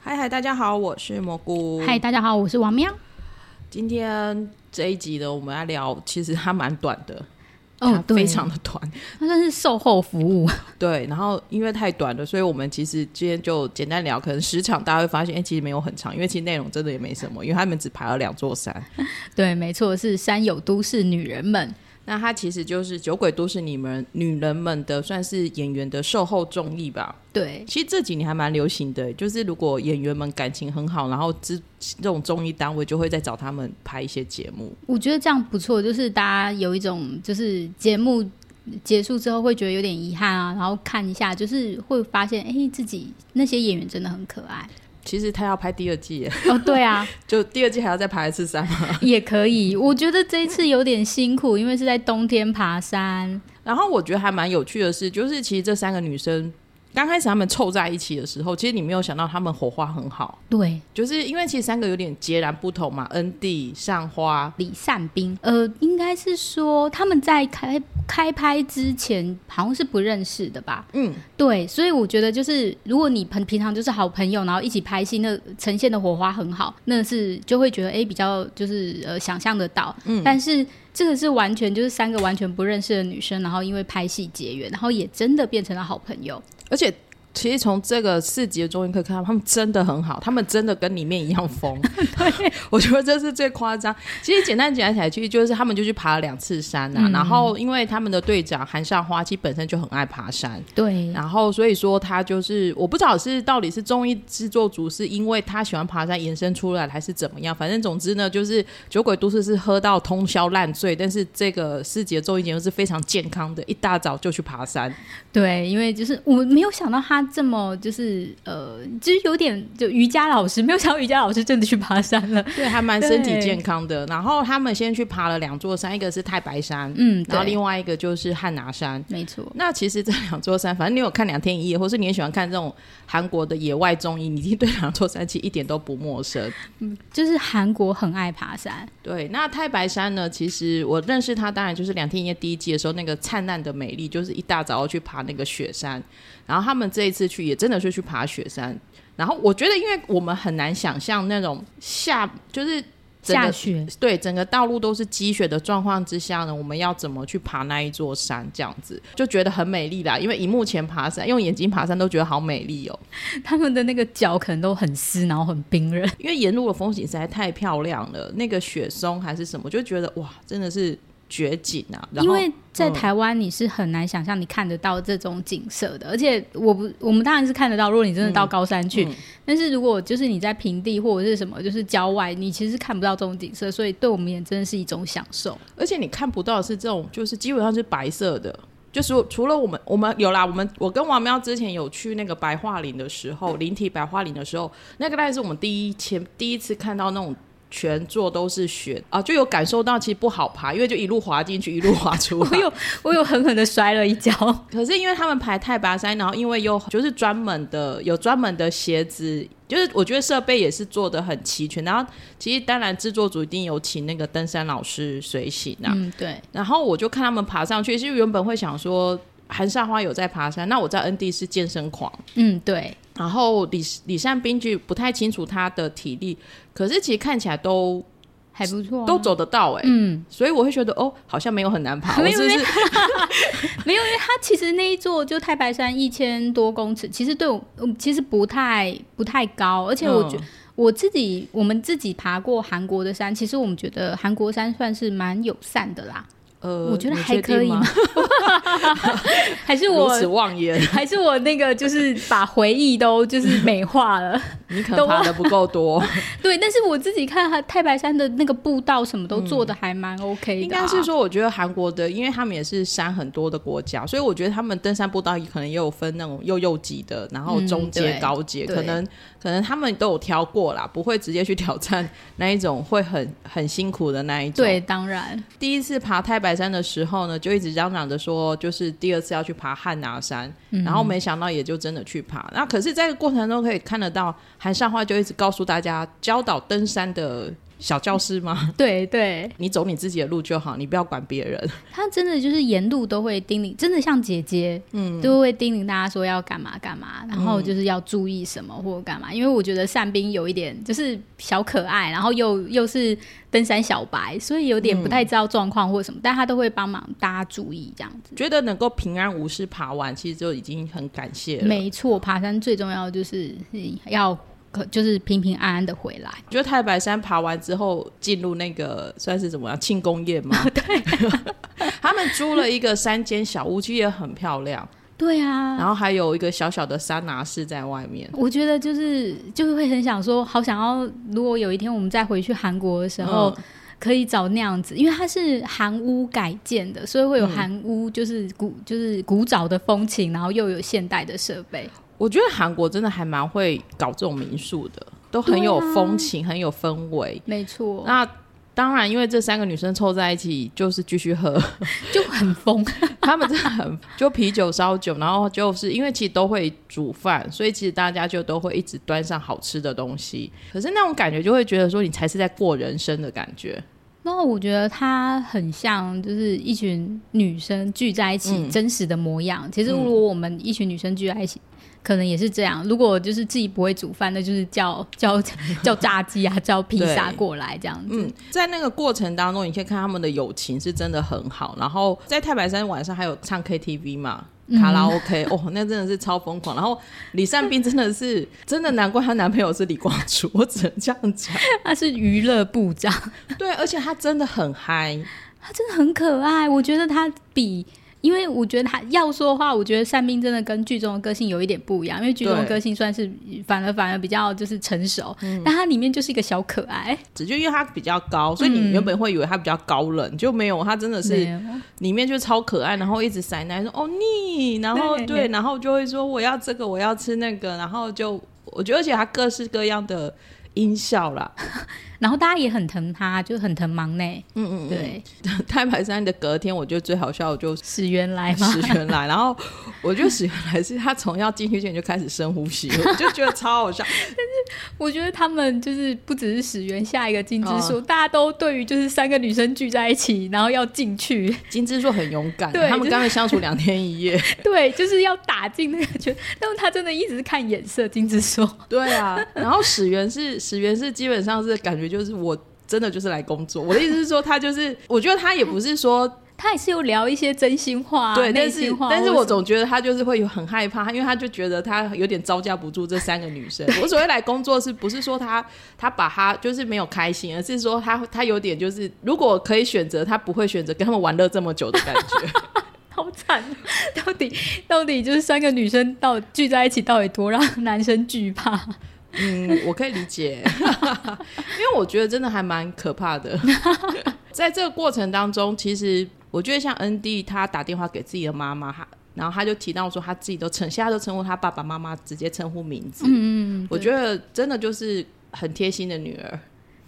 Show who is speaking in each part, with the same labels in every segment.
Speaker 1: 嗨，大家好，我是蘑菇。
Speaker 2: 嗨，，大家好，我是王喵。
Speaker 1: 今天这一集的我们要聊，其实它蛮短的，它
Speaker 2: 哦，对，
Speaker 1: 非常的短。
Speaker 2: 那算是售后服务。
Speaker 1: 对，然后因为太短了，所以我们其实今天就简单聊，可能时长大家会发现，哎、其实没有很长，因为其实内容真的也没什么，因为他们只爬了两座山。
Speaker 2: 对，没错，是山有都市女人们。
Speaker 1: 那它其实就是《酒鬼都市》你们女人们的算是演员的售后综艺吧。
Speaker 2: 对，
Speaker 1: 其实这几年还蛮流行的，就是如果演员们感情很好，然后这这种综艺单位就会再找他们拍一些节目。
Speaker 2: 我觉得这样不错，就是大家有一种就是节目结束之后会觉得有点遗憾啊，然后看一下，就是会发现，哎、自己那些演员真的很可 爱。
Speaker 1: 其实他要拍第二季耶，
Speaker 2: 哦，对啊，
Speaker 1: 就第二季还要再爬一次山嘛。
Speaker 2: 也可以。我觉得这一次有点辛苦，因为是在冬天爬山。
Speaker 1: 然后我觉得还蛮有趣的是，就是其实这三个女生刚开始她们凑在一起的时候，其实你没有想到她们火花很好，
Speaker 2: 对，
Speaker 1: 就是因为其实三个有点截然不同嘛。恩地、上花，
Speaker 2: 李善斌，呃，应该是说他们在开开拍之前好像是不认识的吧？
Speaker 1: 嗯，
Speaker 2: 对，所以我觉得就是如果你平平常就是好朋友，然后一起拍戏，那呈现的火花很好，那是就会觉得哎、诶比较就是呃想象得到，嗯，但是。这个是完全就是三个完全不认识的女生，然后因为拍戏结缘，然后也真的变成了好朋友。
Speaker 1: 而且。其实从这个四集的中间可以看到，他们真的很好，他们真的跟里面一样疯。 我觉得这是最夸张。其实简单讲起来，其实就是他们就去爬了两次山呐、啊。然后因为他们的队长韩尚花，其实本身就很爱爬山，
Speaker 2: 对，
Speaker 1: 然后所以说他就是我不知道是到底是综艺制作组是因为他喜欢爬山延伸出来的还是怎么样，反正总之呢，就是酒鬼都市是喝到通宵烂醉，但是这个四节综艺节目是非常健康的，一大早就去爬山。
Speaker 2: 对，因为就是我没有想到他这么就是呃，就是有点就瑜伽老师，没有想到瑜伽老师真的去爬山了。
Speaker 1: 对，还蛮身体健康的。然后他们先去爬了两座山，一个是太白山，
Speaker 2: 嗯，对
Speaker 1: 然后另外一个就是汉拿山。
Speaker 2: 没错，
Speaker 1: 那其实这两座山，反正你有看两天一夜，或是你也喜欢看这种韩国的野外综艺，你一定对两座山其实一点都不陌生。
Speaker 2: 就是韩国很爱爬山，
Speaker 1: 对，那太白山呢？其实我认识他，当然就是《两天一夜》第一季的时候，那个灿烂的美丽，就是一大早要去爬那个雪山。然后他们这一次去，也真的是去爬雪山。然后我觉得，因为我们很难想象那种下，就是整
Speaker 2: 下
Speaker 1: 个
Speaker 2: 雪
Speaker 1: 对整个道路都是积雪的状况之下呢，我们要怎么去爬那一座山？这样子就觉得很美丽啦。因为荧幕前爬山，用眼睛爬山都觉得好美丽哦。
Speaker 2: 他们的那个脚可能都很湿，然后很冰冷。
Speaker 1: 因为沿路的风景实在太漂亮了，那个雪松还是什么，就觉得哇，真的是绝景啊！然
Speaker 2: 因
Speaker 1: 后
Speaker 2: 为在台湾你是很难想象你看得到这种景色的，而且我不，我们当然是看得到，如果你真的到高山去，
Speaker 1: 嗯
Speaker 2: 但是如果就是你在平地或者是什么，就是郊外，你其实是看不到这种景色，所以对我们也真的是一种享受。
Speaker 1: 而且你看不到的是这种，就是基本上是白色的。就是除了我们，我们有啦，我们我跟王喵之前有去那个白桦林的时候，灵体白桦林的时候，那个大概是我们第一前第一次看到那种全座都是雪啊，就有感受到其实不好爬，因为就一路滑进去，一路滑出 来。
Speaker 2: 我有我有狠狠的摔了 一跤，
Speaker 1: 可是因为他们排太白山，然后因为又就是专门的有专门的鞋子，就是我觉得设备也是做的很齐全。然后其实当然制作组一定有请那个登山老师随行啊。
Speaker 2: 嗯，对，
Speaker 1: 然后我就看他们爬上去，其实原本会想说韩夏花有在爬山，那我知道恩迪是健身狂，
Speaker 2: 嗯，对，
Speaker 1: 然后李李善斌就不太清楚他的体力，可是其实看起来都
Speaker 2: 还不错、啊
Speaker 1: 都，走得到哎、
Speaker 2: 哦嗯，
Speaker 1: 所以我会觉得哦，好像没有很难 爬，我
Speaker 2: 没有
Speaker 1: 是不
Speaker 2: 没
Speaker 1: 是
Speaker 2: 没有，因为它其实那一座就太白山一千多公尺，其实对我，嗯其实不太不太高，而且我觉、
Speaker 1: 嗯
Speaker 2: 我自己我们自己爬过韩国的山，其实我们觉得韩国山算是蛮友善的啦，
Speaker 1: 呃，
Speaker 2: 我觉得
Speaker 1: 你
Speaker 2: 还
Speaker 1: 确定
Speaker 2: 可以
Speaker 1: 吗
Speaker 2: 嘛，还是
Speaker 1: 如
Speaker 2: 我
Speaker 1: 此妄言。
Speaker 2: 还是我那个就是把回忆都就是美化了。
Speaker 1: 你可能
Speaker 2: 都
Speaker 1: 爬的不够多，
Speaker 2: 对，但是我自己看它太白山的那个步道什么都做的还蛮 OK 的、
Speaker 1: 嗯
Speaker 2: 啊
Speaker 1: 应该是，说，我觉得韩国的，因为他们也是山很多的国家，所以我觉得他们登山步道可能也有分那种幼幼级的，然后中
Speaker 2: 嗯
Speaker 1: 阶、
Speaker 2: 对
Speaker 1: 高阶，
Speaker 2: 对
Speaker 1: 可能可能他们都有挑过啦，不会直接去挑战那一种会很很辛苦的那一种。
Speaker 2: 对，，当然，
Speaker 1: 第一次爬太白山的时候呢，就一直嚷嚷着说，就是第二次要去爬汉拿山，
Speaker 2: 嗯
Speaker 1: 然后没想到也就真的去爬。那可是，在这个过程中可以看得到，韩尚花就一直告诉大家，教导登山的小教室吗？
Speaker 2: 对对，
Speaker 1: 你走你自己的路就好，你不要管别人。
Speaker 2: 他真的就是沿路都会叮咛，真的像姐姐，嗯，都会叮咛大家说要干嘛干嘛，然后就是要注意什么或干嘛。因为我觉得善兵有一点就是小可爱，然后又又是登山小白，所以有点不太知道状况或什么，但他都会帮忙大家注意这样子。
Speaker 1: 觉得能够平安无事爬完，其实就已经很感谢了。
Speaker 2: 没错，爬山最重要的就是嗯要可就是平平安安的回来。
Speaker 1: 觉得太白山爬完之后，进入那个算是怎么样庆功宴吗？对， 他们租了一个山间小屋，其实也很漂亮，
Speaker 2: 对啊，
Speaker 1: 然后还有一个小小的桑拿室在外面。
Speaker 2: 我觉得就是就是会很想说，好想要，如果有一天我们再回去韩国的时候。
Speaker 1: 嗯
Speaker 2: 可以找那样子，因为它是韩屋改建的，所以
Speaker 1: 嗯
Speaker 2: 会有韩屋，就是古、就是古早的风情，然后又有现代的设备。
Speaker 1: 我觉得韩国真的还蛮会搞这种民宿的，都很有风情，很有氛围。
Speaker 2: 没错，
Speaker 1: 那当然，因为这三个女生凑在一起，就是继续喝，
Speaker 2: 就很疯。
Speaker 1: 她们真的很就啤酒、烧酒，然后就是因为其实都会煮饭，所以其实大家就都会一直端上好吃的东西。可是那种感觉就会觉得说，你才是在过人生的感觉。
Speaker 2: 那我觉得它很像，就是一群女生聚在一起
Speaker 1: 嗯
Speaker 2: 真实的模样。其实如果我们一群女生聚在一起，可能也是这样。如果就是自己不会煮饭，那就是叫叫叫炸鸡啊，叫披萨
Speaker 1: 对
Speaker 2: 过来这样子。
Speaker 1: 嗯，在那个过程当中，你可以看他们的友情是真的很好。然后在太白山晚上还有唱 KTV 嘛，卡拉 OK，、哦，那真的是超疯狂。然后李善斌真的是，真的难怪她男朋友是李光洙，我只能这样讲。
Speaker 2: 他是娱乐 部长，
Speaker 1: 对，而且他真的很嗨，
Speaker 2: 他真的很可爱。我觉得他比，因为我觉得他要说的话，我觉得善斌真的跟剧中的个性有一点不一样，因为剧中的
Speaker 1: 对嗯
Speaker 2: 个性算是反而反而比较就是成熟，但他里面就是一个小可爱。
Speaker 1: 只就因为他比较高，所以你原本会以为他比较高冷，就没有，他真的
Speaker 2: 嗯没
Speaker 1: 是
Speaker 2: 有
Speaker 1: 里面就超可爱，然后一直塞奶说哦你，然后
Speaker 2: 对
Speaker 1: 对，然后就会说我要这个，我要吃那个，然后就我觉得而且他各式各样的音效啦，
Speaker 2: 然后大家也很疼他，就很疼忙内。
Speaker 1: 嗯嗯，
Speaker 2: 对，
Speaker 1: 太白山的隔天，我觉得最好笑的就是
Speaker 2: 史原来嘛，
Speaker 1: 史原来，然后我觉得史原来是他从要进去前就开始深呼吸，我就觉得超好笑。
Speaker 2: 我觉得他们就是不只是史原下一个金枝
Speaker 1: 哦
Speaker 2: 树，大家都对于就是三个女生聚在一起，然后要进去，
Speaker 1: 金枝说很勇敢，
Speaker 2: 对
Speaker 1: 他
Speaker 2: 就
Speaker 1: 们
Speaker 2: 是
Speaker 1: 刚才相处两天一夜，
Speaker 2: 对，就是要打进那个圈。但是他真的一直是看眼色，金枝说，
Speaker 1: 对啊。然后史原是 史原是基本上是感觉就是我真的就是来工作，我的意思是说他就是，我觉得他也不是说
Speaker 2: 他也是有聊一些真心话、
Speaker 1: 对，
Speaker 2: 啊内
Speaker 1: 但是
Speaker 2: 心话，
Speaker 1: 但是我
Speaker 2: 或者
Speaker 1: 总觉得他就是会有很害怕，因为他就觉得他有点招架不住这三个女 生。我所谓来工作，是不是说他他把他就是没有开心，而是说他他有点就是，如果可以选择，他不会选择跟他们玩乐这么久的感觉。
Speaker 2: 好惨， 到底到底就是三个女生到聚在一起，到底多让男生惧怕？
Speaker 1: 嗯，我可以理解， 因为我觉得真的还蛮可怕的。 在这个过程当中，其实我觉得像恩弟他打电话给自己的妈妈，他然后他就提到说他自己都称，现在都称呼他爸爸妈妈，直接称呼名字。嗯嗯，我觉得真的就是很贴心的女儿。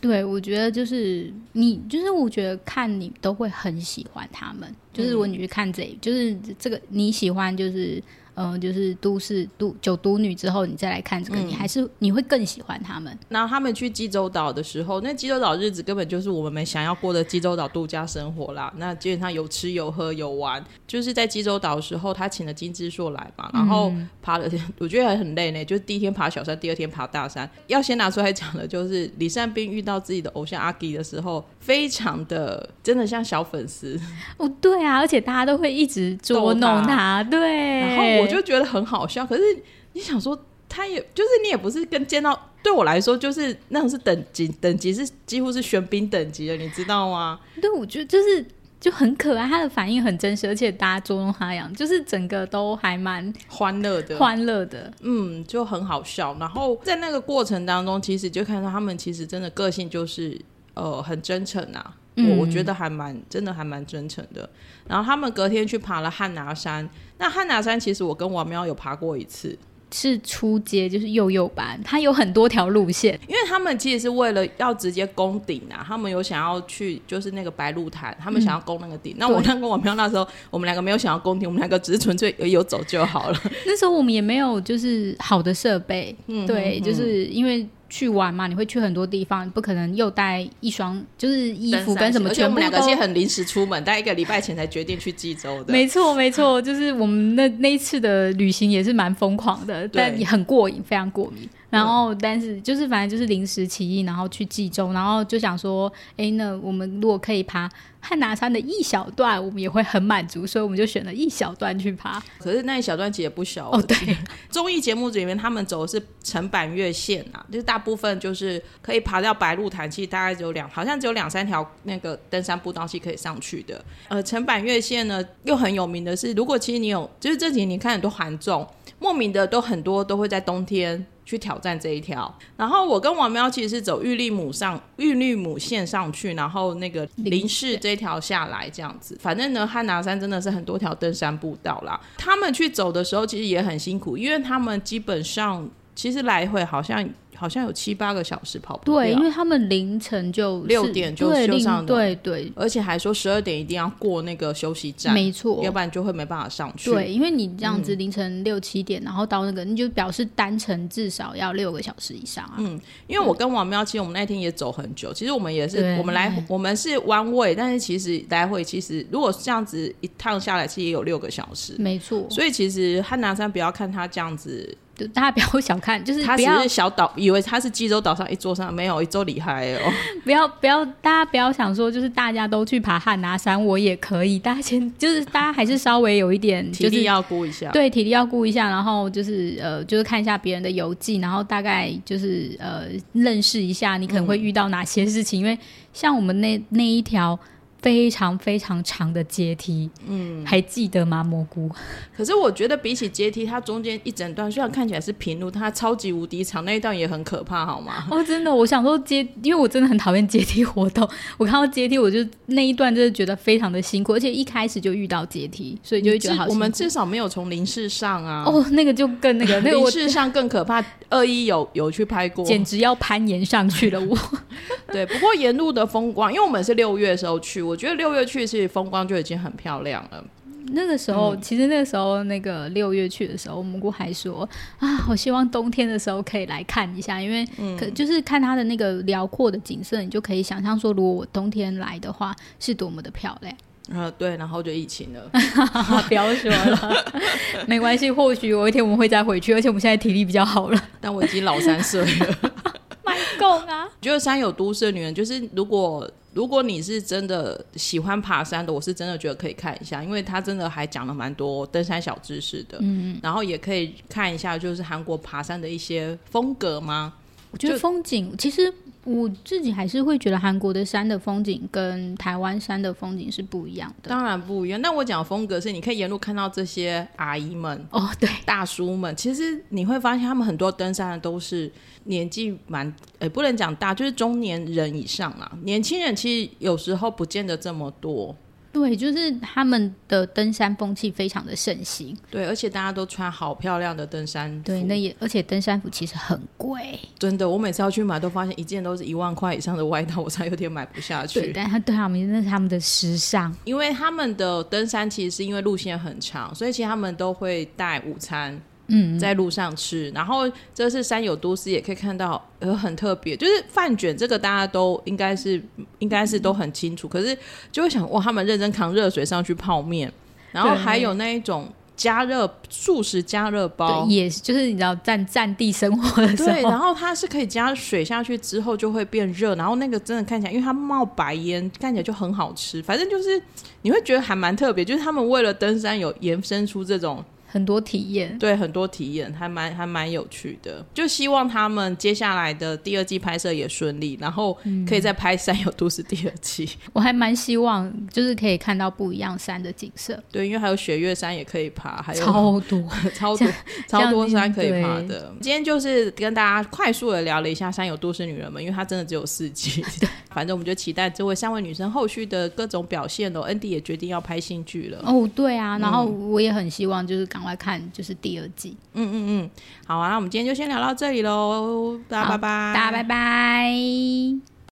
Speaker 2: 对，我觉得就是你，就是我觉得看你都会很喜欢他们。就是如果你去看这，就是这个你喜欢，就是嗯、呃就是都市都九都女之后，你再来看这个，你还是你会更喜欢他们。
Speaker 1: 然后他们去济州岛的时候，那济州岛日子根本就是我们想要过的济州岛度假生活啦。那基本上有吃有喝有玩，就是在济州岛的时候，他请了金枝硕来嘛，然后爬了，我觉得还很累呢。就是第一天爬小山，第二天爬大山。要先拿出来讲的就是李善斌遇到自己的偶像阿基的时候，非常的真的像小粉丝，
Speaker 2: 哦，对啊，而且大家都会一直捉
Speaker 1: 逗
Speaker 2: 弄
Speaker 1: 他
Speaker 2: 他，对。
Speaker 1: 然后我就觉得很好笑。可是你想说，他也就是你也不是跟见到，对我来说就是那种是等级，等级是几乎是玄彬等级的，你知道吗？
Speaker 2: 对，我觉得就是就很可爱，他的反应很真实，而且大家捉弄他一样，就是整个都还蛮
Speaker 1: 欢乐的，
Speaker 2: 欢乐的。
Speaker 1: 嗯，就很好笑。然后在那个过程当中，其实就看到他们其实真的个性就是呃很真诚啊。我我觉得还蛮真的还蛮真诚的。然后他们隔天去爬了汉拿山，那汉拿山其实我跟王喵有爬过一次，
Speaker 2: 是初阶，就是幼幼班，它有很多条路线。
Speaker 1: 因为他们其实是为了要直接攻顶啊，他们有想要去就是那个白鹿潭，他们想要攻那个
Speaker 2: 嗯
Speaker 1: 顶。那我那跟我喵那时候，我们两个没有想要攻顶，我们两个只是纯粹有有走就好了。嗯
Speaker 2: 那时候我们也没有就是好的设备，对，就是因为去玩嘛，你会去很多地方，你不可能又带一双就是 衣服跟什么
Speaker 1: 而且我
Speaker 2: 全部
Speaker 1: 们两个
Speaker 2: 都
Speaker 1: 是很临时出门，大概一个礼拜前才决定去济州的。
Speaker 2: 没错，没错，就是我们那那一次的旅行也是蛮疯狂的，但也很过瘾，非常过瘾。然后，但是就是反正就是临时起意，然后去济州，然后就想说，哎，那我们如果可以爬汉拿山的一小段，我们也会很满足，所以我们就选了一小段去爬。
Speaker 1: 可是那一小段其实也不小
Speaker 2: 哦，对，
Speaker 1: 综艺节目里面他们走的是成板越线啊，就是大部分就是可以爬到白鹿潭，其实大概只有两，好像只有两三条那个登山步道是可以上去的。呃，成板越线呢又很有名的是，如果其实你有，就是这几年你看很多韩综，莫名的都很多都会在冬天。去挑战这一条，然后我跟王喵其实是走玉立母上玉立母线上去，然后那个林氏这一条下来这样子。反正呢，汉拿山真的是很多条登山步道啦。他们去走的时候其实也很辛苦，因为他们基本上其实来回好像好像有七八个小时跑步
Speaker 2: 对，因
Speaker 1: 掉，
Speaker 2: 为他们凌晨就是
Speaker 1: 啊六点就
Speaker 2: 对
Speaker 1: 就
Speaker 2: 凌
Speaker 1: 上
Speaker 2: 对对，
Speaker 1: 而且还说十二点一定要过那个休息站，
Speaker 2: 没错
Speaker 1: 要。不然嗯就会没办法上去。
Speaker 2: 对，因为你这样子凌晨六七点，然后到那个，你就表示单程至少要六个小时以上啊。
Speaker 1: 因为我跟王喵，其实我们那天也走很久。其实我们也是
Speaker 2: 对，嗯
Speaker 1: 我们来，我们是弯位，但是其实来回，其实如果这样子一趟下来，其实也有六个小时。
Speaker 2: 没错，
Speaker 1: 所以其实汉拿山不要看它这样子，
Speaker 2: 就大家不要小看，就是
Speaker 1: 它
Speaker 2: 不
Speaker 1: 只
Speaker 2: 要
Speaker 1: 是小岛，以为它是济州岛上一座山，没有一座厉害哦。
Speaker 2: 不要不要，大家不要想说就是大家都去爬汉拿山，我也可以。大家先就是大家还是稍微有一点
Speaker 1: 体
Speaker 2: 就
Speaker 1: 力
Speaker 2: 是。
Speaker 1: 要估一下。
Speaker 2: 对体力要顾一下，然后就是呃，就是看一下别人的游记，然后大概就是呃，认识一下你可
Speaker 1: 嗯
Speaker 2: 能会遇到哪些事情。因为像我们那那一条非常非常长的阶梯，嗯，还记得吗？蘑菇，
Speaker 1: 可是我觉得比起阶梯，它中间一整段虽然看起来是平路，它超级无敌长，那一段也很可怕，好吗？
Speaker 2: 哦，真的，我想说阶，因为我真的很讨厌阶梯活动。我看到阶梯，我就那一段真的觉得非常的辛苦，而且一开始就遇到阶梯，所以就会觉得
Speaker 1: 至
Speaker 2: 好辛苦。
Speaker 1: 我们至少没有从林氏上啊，
Speaker 2: 哦，那个就更 那个，那个
Speaker 1: 林
Speaker 2: 我
Speaker 1: 氏上更可怕。二一有有去拍过，
Speaker 2: 简直要攀岩上去 了。我
Speaker 1: 对，不过沿路的风光，因为我们是六月的时候去，我觉得六月去是风光就已经很漂亮了。
Speaker 2: 那个时候，
Speaker 1: 嗯
Speaker 2: 其实那个时候，那个六月去的时候，我们姑还说啊，我希望冬天的时候可以来看一下，因为
Speaker 1: 嗯
Speaker 2: 可、就是看它的那个辽阔的景色，你就可以想象说，如果我冬天来的话，是多么的漂亮。
Speaker 1: 呃，对，然后就疫情 了。
Speaker 2: 啊不要说了， 没关系，或许有一天我们会再回去，而且我们现在体力比较好了。
Speaker 1: 但我已经老三岁了。
Speaker 2: 买够啊！
Speaker 1: 觉得山有都市的女人，就是如果如果你是真的喜欢爬山的，我是真的觉得可以看一下，因为她真的还讲了蛮多登山小知识的。嗯，然后也可以看一下，就是韩国爬山的一些风格吗？
Speaker 2: 我觉得
Speaker 1: 就
Speaker 2: 风景，其实我自己还是会觉得韩国的山的风景跟台湾山的风景是不一样的。
Speaker 1: 当然不一样。那我讲的风格是，你可以沿路看到这些阿姨们、
Speaker 2: 哦，对，
Speaker 1: 大叔们，其实你会发现他们很多登山的都是年纪蛮，呃，不能讲大，就是中年人以上啦。年轻人其实有时候不见得这么多，
Speaker 2: 对，就是他们的登山风气非常的盛行。
Speaker 1: 对，而且大家都穿好漂亮的登山服，
Speaker 2: 对，那也而且登山服其实很贵，
Speaker 1: 真的，我每次要去买都发现一件都是一万块以上的外套，我才有点买不下
Speaker 2: 对，
Speaker 1: 去。
Speaker 2: 但他对他们那是他们的时尚。
Speaker 1: 因为他们的登山其实是因为路线很长，所以其实他们都会带午餐。
Speaker 2: 嗯，
Speaker 1: 在路上吃，然后这是山有都市，也可以看到，呃，很特别，就是饭卷这个大家都应该是应该是都很清楚，可是就会想哇，他们认真扛热水上去泡面，然后
Speaker 2: 对
Speaker 1: 还有那一种加热素食加热包
Speaker 2: 对，，也是就是你知道占占地生活的时
Speaker 1: 对， 然
Speaker 2: 候，
Speaker 1: 后它是可以加水下去之后就会变热，然后那个真的看起来，因为它冒白烟，看起来就很好吃。反正就是你会觉得还蛮特别，就是他们为了登山有延伸出这种
Speaker 2: 很多体验。
Speaker 1: 对很多体验，还蛮还蛮有趣的。就希望他们接下来的第二季拍摄也顺利，然后可以再拍《山有都市》第二季。
Speaker 2: 我还蛮希望就是可以看到不一样山的景色，
Speaker 1: 对，因为还有雪月山也可以爬，还有
Speaker 2: 超多。
Speaker 1: 超多超多
Speaker 2: 像
Speaker 1: 山可以
Speaker 2: 对
Speaker 1: 爬的。今天就是跟大家快速的聊了一下山有都市女人们，因为它真的只有四 季。反正我们就期待这位三位女生后续的各种表现喽。Andy 也决定要拍新剧了。
Speaker 2: 哦，对啊，然后我也很希望就是赶快看就是第二季。
Speaker 1: 好啊，那我们今天就先聊到这里喽，大家
Speaker 2: 好
Speaker 1: 拜拜，
Speaker 2: 大家拜拜。